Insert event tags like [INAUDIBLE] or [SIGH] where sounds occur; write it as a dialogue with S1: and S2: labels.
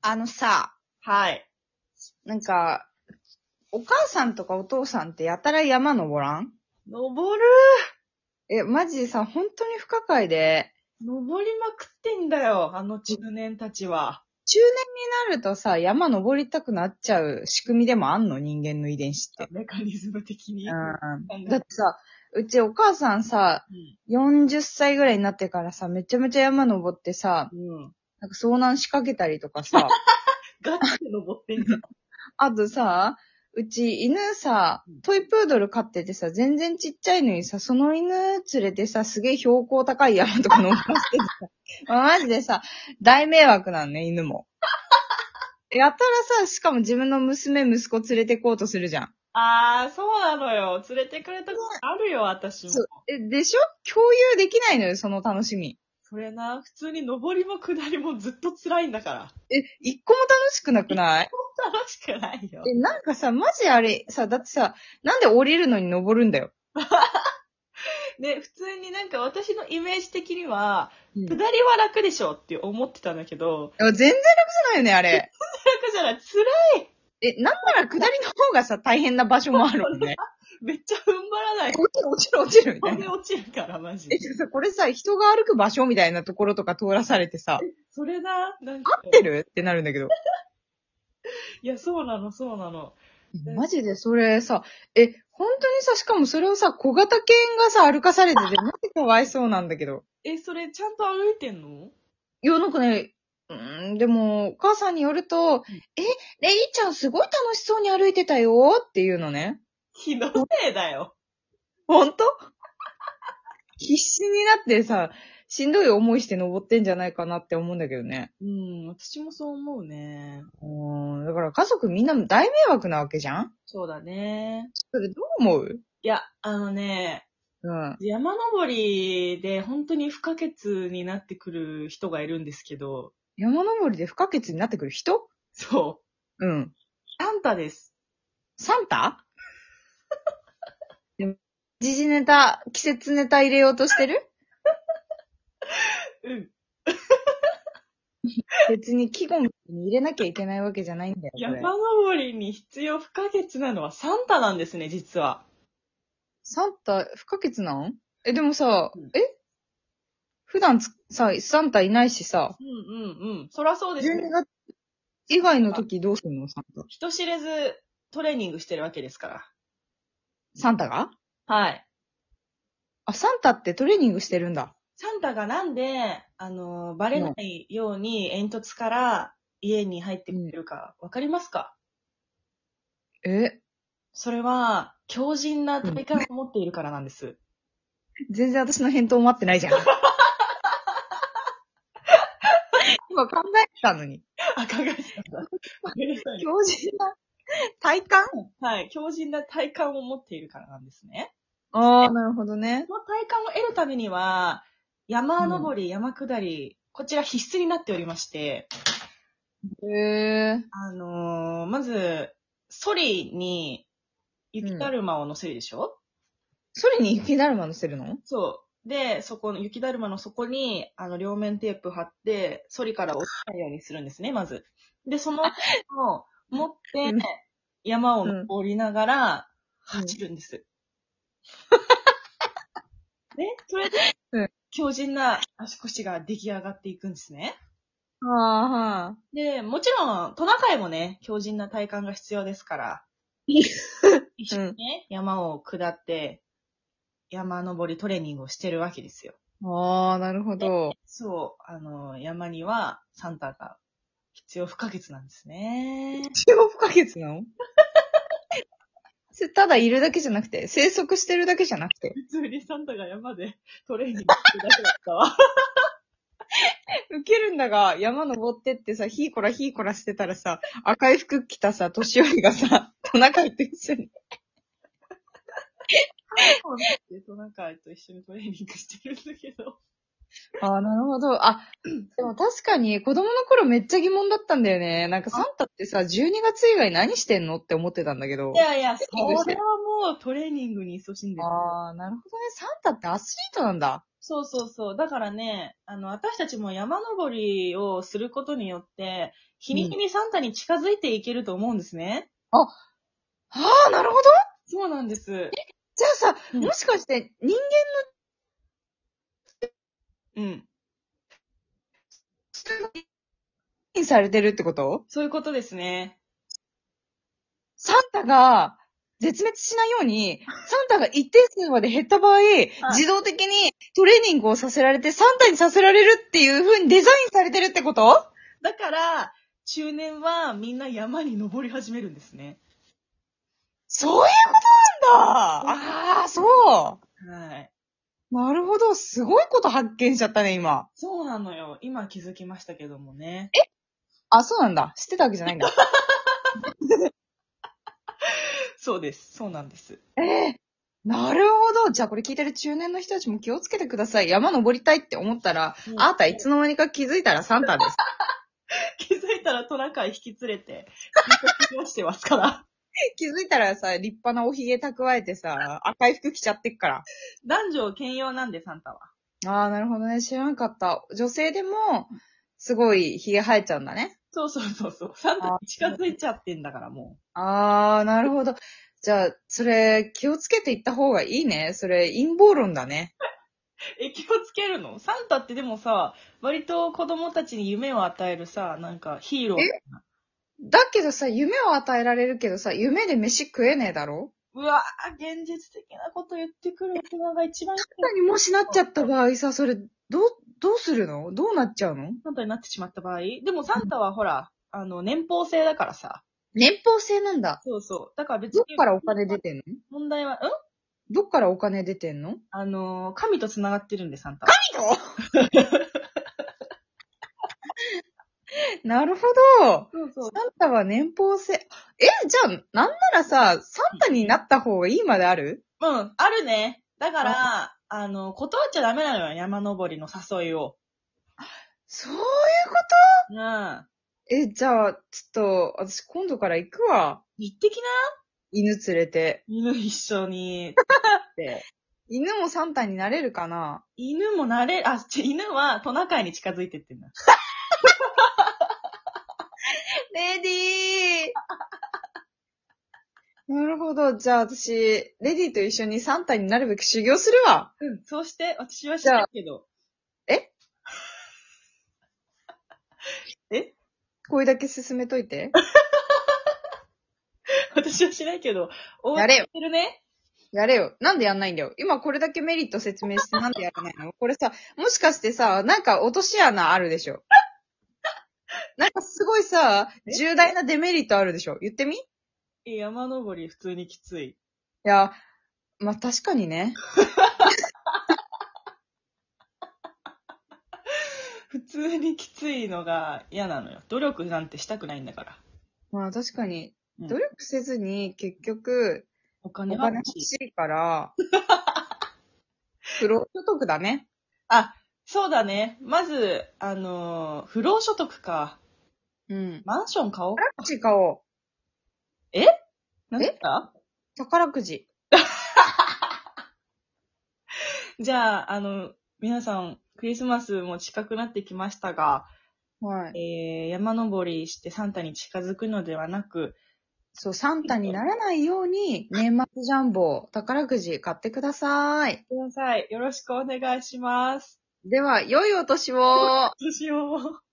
S1: あのさ、
S2: はい。
S1: なんか、お母さんとかお父さんってやたら山登らん
S2: 登る
S1: え、マジでさ、本当に不可解で、
S2: 登りまくってんだよ、あの中年たちは。
S1: 中年になるとさ、山登りたくなっちゃう仕組みでもあんの人間の遺伝子って。
S2: メカニズム的に。
S1: うん。だってさ、うちお母さんさ、40歳ぐらいになってからさ、めちゃめちゃ山登ってさ、
S2: うん。うん。
S1: なんか遭難仕掛けたりとかさ、
S2: ガチで登ってんじゃん。
S1: あとさ、うち犬さ、トイプードル飼っててさ、全然ちっちゃいのにさ、その犬連れてさ、すげえ標高高い山とか登らせててさ、 [LAUGHS] まあマジでさ、大迷惑なのね、犬も。 [LAUGHS] やたらさ、しかも自分の娘、息子連れてこうとするじゃん。
S2: あー、そうなのよ。連れてくれたことあるよ、私も
S1: そ。うえでしょ共有できないのよ、その楽しみ。
S2: それな、普通に登りも下りもずっと辛いんだから。
S1: え、一個も楽しくなくない
S2: 楽しくないよ。
S1: え、なんかさ、マジあれ、さ、だってさ、なんで降りるのに登るんだよ。
S2: ね、普通になんか私のイメージ的には、
S1: うん
S2: 下りは楽でしょって思ってたんだけど、
S1: 全然楽じゃないよね、あれ。
S2: 楽じゃない、辛
S1: え、なんなら下りの方がさ、大変な場所もあるもんね。
S2: い。めっちゃ踏ん張らない。
S1: [LAUGHS] 落ちる落ちる落ちるみた
S2: 飛
S1: い
S2: んで
S1: な。
S2: 落ちるから、マジ
S1: え、
S2: で。
S1: ちょっとこれさ、人が歩く場所みたいなところとか通らされてさ、
S2: それな、なんか
S1: 合っ。てるってなるんだけど。
S2: いや、そうなの、そうなの。
S1: マジでそれさ、え、本当にさ、しかもそれをさ、小型犬がさ、歩かされてて、マジかわいそうなんだけど。
S2: え、それ、ちゃんと歩いてんの
S1: いや、なんかね、うーん、でも、お母さんによると、え、レイちゃんすごい楽しそうに歩いてたよっていうのね。
S2: 気のせいだよ。
S1: 本当必死になってさ、しんどい思いして登ってんじゃないかなって思うんだけどね。
S2: うん、私もそう思うね。
S1: うん、だから家族みんな大迷惑なわけじゃん
S2: そうだね。
S1: それどう思う
S2: いや、あのね、
S1: うん。
S2: 山登りで本当に不可欠になってくる人がいるんですけど、
S1: 山登りで不可欠になってくる人
S2: そ
S1: うん。
S2: う、サンタです。
S1: サンタ [LAUGHS] でも時事ネタ、季節ネタ入れようとしてる
S2: うん。
S1: 別に季語に入れなきゃいけないわけじゃないんだよ。これ
S2: 山登りに必要不可欠なのはサンタなんですね、実は。
S1: サンタ不可欠なんえ、でもさ
S2: うん、
S1: え普段つさ、サンタいないしさ、
S2: うんうんうん。そらそうですね
S1: 12。月以外の時どうするのサンタ。
S2: 人知れずトレーニングしてるわけですから。
S1: サンタが
S2: はい。
S1: あ、サンタってトレーニングしてるんだ。
S2: サンタがなんで、あの、バレないように煙突から家に入ってくれるか、わかりますか
S1: え
S2: それは、強靭な体幹を持っているからなんです。
S1: 全然私の返答待ってないじゃ [LAUGHS] ん。今考えてたのに。
S2: あ、考えてた。ごめんなさい
S1: 強靭な体幹
S2: はい。強靭な体幹を持っているからなんですね。
S1: ああ、なるほどね。
S2: この体幹を得るためには、山登り、山下り、こちら必須になっておりまして、
S1: へえ。
S2: あのーまず、ソリに雪だるまを乗せるでしょ、
S1: それに雪だるま乗せるの
S2: そう。で、そこの雪だるまの底に、あの、両面テープ貼って、ソリから落ちないようにするんですね、まず。で、その、を持って
S1: うん、
S2: 山を登りながら、走るんです。 [LAUGHS] ね、それで
S1: うん、
S2: 強靭な足腰が出来上がっていくんですね。
S1: ああ、はあ。
S2: で、もちろん、トナカイもね、強靭な体幹が必要で
S1: [LAUGHS]
S2: すから、一緒にね、山を下って、山登りトレーニングをしてるわけですよ。
S1: ああ、なるほど。
S2: そう、あの、山にはサンタが必要不可欠なんですね。
S1: 必要不可欠なのそれ [LAUGHS] ただいるだけじゃなくて、生息してるだけじゃなくて。
S2: 普通にサンタが山でトレーニングしてるだけだったわ。
S1: ウケるんだが、山登ってってさ、ヒーコラヒーコラしてたらさ、赤い服着たさ、年寄りがさ、トナカイと一緒に。
S2: トナカイと一緒にトレーニングしてるんだけど。
S1: ああ、なるほど。あ、でも確かに子供の頃めっちゃ疑問だったんだよね。なんかサンタってさ、12月以外何してんのって思ってたんだけど
S2: い。やいや、そ
S1: ニングして
S2: れはもうトレーニングに勤しんでる。
S1: ああ、なるほどね。サンタってアスリートなんだ。
S2: そうそうそう。だからね、あの、私たちも山登りをすることによって、日に日にサンタに近づいていけると思うんですね。
S1: ああ、なるほど。
S2: そうなんです。
S1: じゃあさ、
S2: うん
S1: もしかして人間
S2: うん。
S1: にされてるってこと
S2: そういうことですね。
S1: サンタが絶滅しないように、サンタが一定数まで減った場合、自動的にトレーニングをさせられて、サンタにさせられるっていう風にデザインされてるってこと
S2: だから、中年はみんな山に登り始めるんですね。
S1: そういうことなんだああ、そ
S2: はい。
S1: うなるほど。すごいこと発見しちゃったね、今。
S2: そうなのよ。今気づきましたけどもね。
S1: あ、そうなんだ。知ってたわけじゃないんだ。
S2: そうです。そうなんです。
S1: ええなるほど。じゃあこれ聞いてる中年の人たちも気をつけてください。山登りたいって思ったら、あなたいつの間にか気づいたらサンタです。
S2: 気づいたらトナカイ引き連れて、出してますから。
S1: 気づいたらさ、立派なおひげ蓄えてさ、赤い服着ちゃってっから。
S2: 男女兼用なんで、サンタは。
S1: ああ、なるほどね。知らんかった。女性でも、すごいひげ生えちゃうんだね。
S2: そうそうそうそう。サンタに近づいちゃってんだから、も
S1: ああ、なるほど。じゃあ、それ、気をつけていった方がいいね。それ、陰謀論だね。
S2: う。え、気をつけるのサンタってでもさ、割と子供たちに夢を与えるさ、なんかヒーロー。
S1: えだけどさ、夢を与えられるけどさ、夢で飯食えねえだろ
S2: うわぁ、現実的なこと言ってくる大人が一番嫌い
S1: 何もしなっちゃった場合さ、それ、どう、どうするのどうなっちゃうの
S2: サンタになってしまった場合。でもサンタはほら、あの、年俸制だからさ。
S1: 年俸制なんだ。
S2: そうそう。だから別
S1: ど
S2: に
S1: っ。からお金出てんの
S2: 問題は、うん
S1: どっからお金出てんの
S2: あのー、神と繋がってるんで、サンタは。
S1: なるほど。
S2: そうそう。
S1: サンタは年俸制。え、じゃあ、なんならさ、サンタになった方がいいまである
S2: うん、あるね。だから、あの、断っちゃダメなのよ、山登りの誘いを。
S1: そういうこ
S2: うん。行
S1: とえ、じゃあ、ちょっと、私今度から行くわ。
S2: ってきな
S1: 犬連れて。
S2: 犬一緒に。って。
S1: 犬もサンタになれるかな
S2: 犬も慣れ、あ、ち犬はトナカイに近づいてってんだ。
S1: レディー [LAUGHS] なるほど。じゃあ私、レディーと一緒にサンタになるべく修行するわ。
S2: うん。そうして、私は知ってるけど。
S1: これだけ進めといて。
S2: 私はしないけど、応
S1: や
S2: 援
S1: れよ
S2: してるね。
S1: やれよ。なんでやんないんだよ。今これだけメリット説明してなんでやらないのこれさ、もしかしてさ、なんか落とし穴あるでしょ。なんかすごいさ、重大なデメリットあるでしょ。言ってみい
S2: え山登り普通にきつい。
S1: や、まあ、確かにね。
S2: 普通にきついのが嫌なのよ。努力なんてしたくないんだから。
S1: まあ確かに、
S2: うん
S1: 努力せずに結局、
S2: お
S1: お
S2: 金は
S1: 金
S2: 欲
S1: 欲
S2: しい。
S1: しい
S2: [LAUGHS]
S1: から、不労所得だね。
S2: あ、そうだね。まず、あのー不労所得か。
S1: うん。
S2: マンション買おう。
S1: 宝くじ買おう。
S2: なんか
S1: 宝くじ。
S2: じゃあ、あの、皆さん、クリスマスも近くなってきましたが、
S1: はい。
S2: えー、山登りしてサンタに近づくのではなく、
S1: そう、サンタにならないように、年末ジャンボ、宝くじ買ってください。
S2: ください。よろしくお願いします。
S1: では、良いお年を
S2: どうしよう。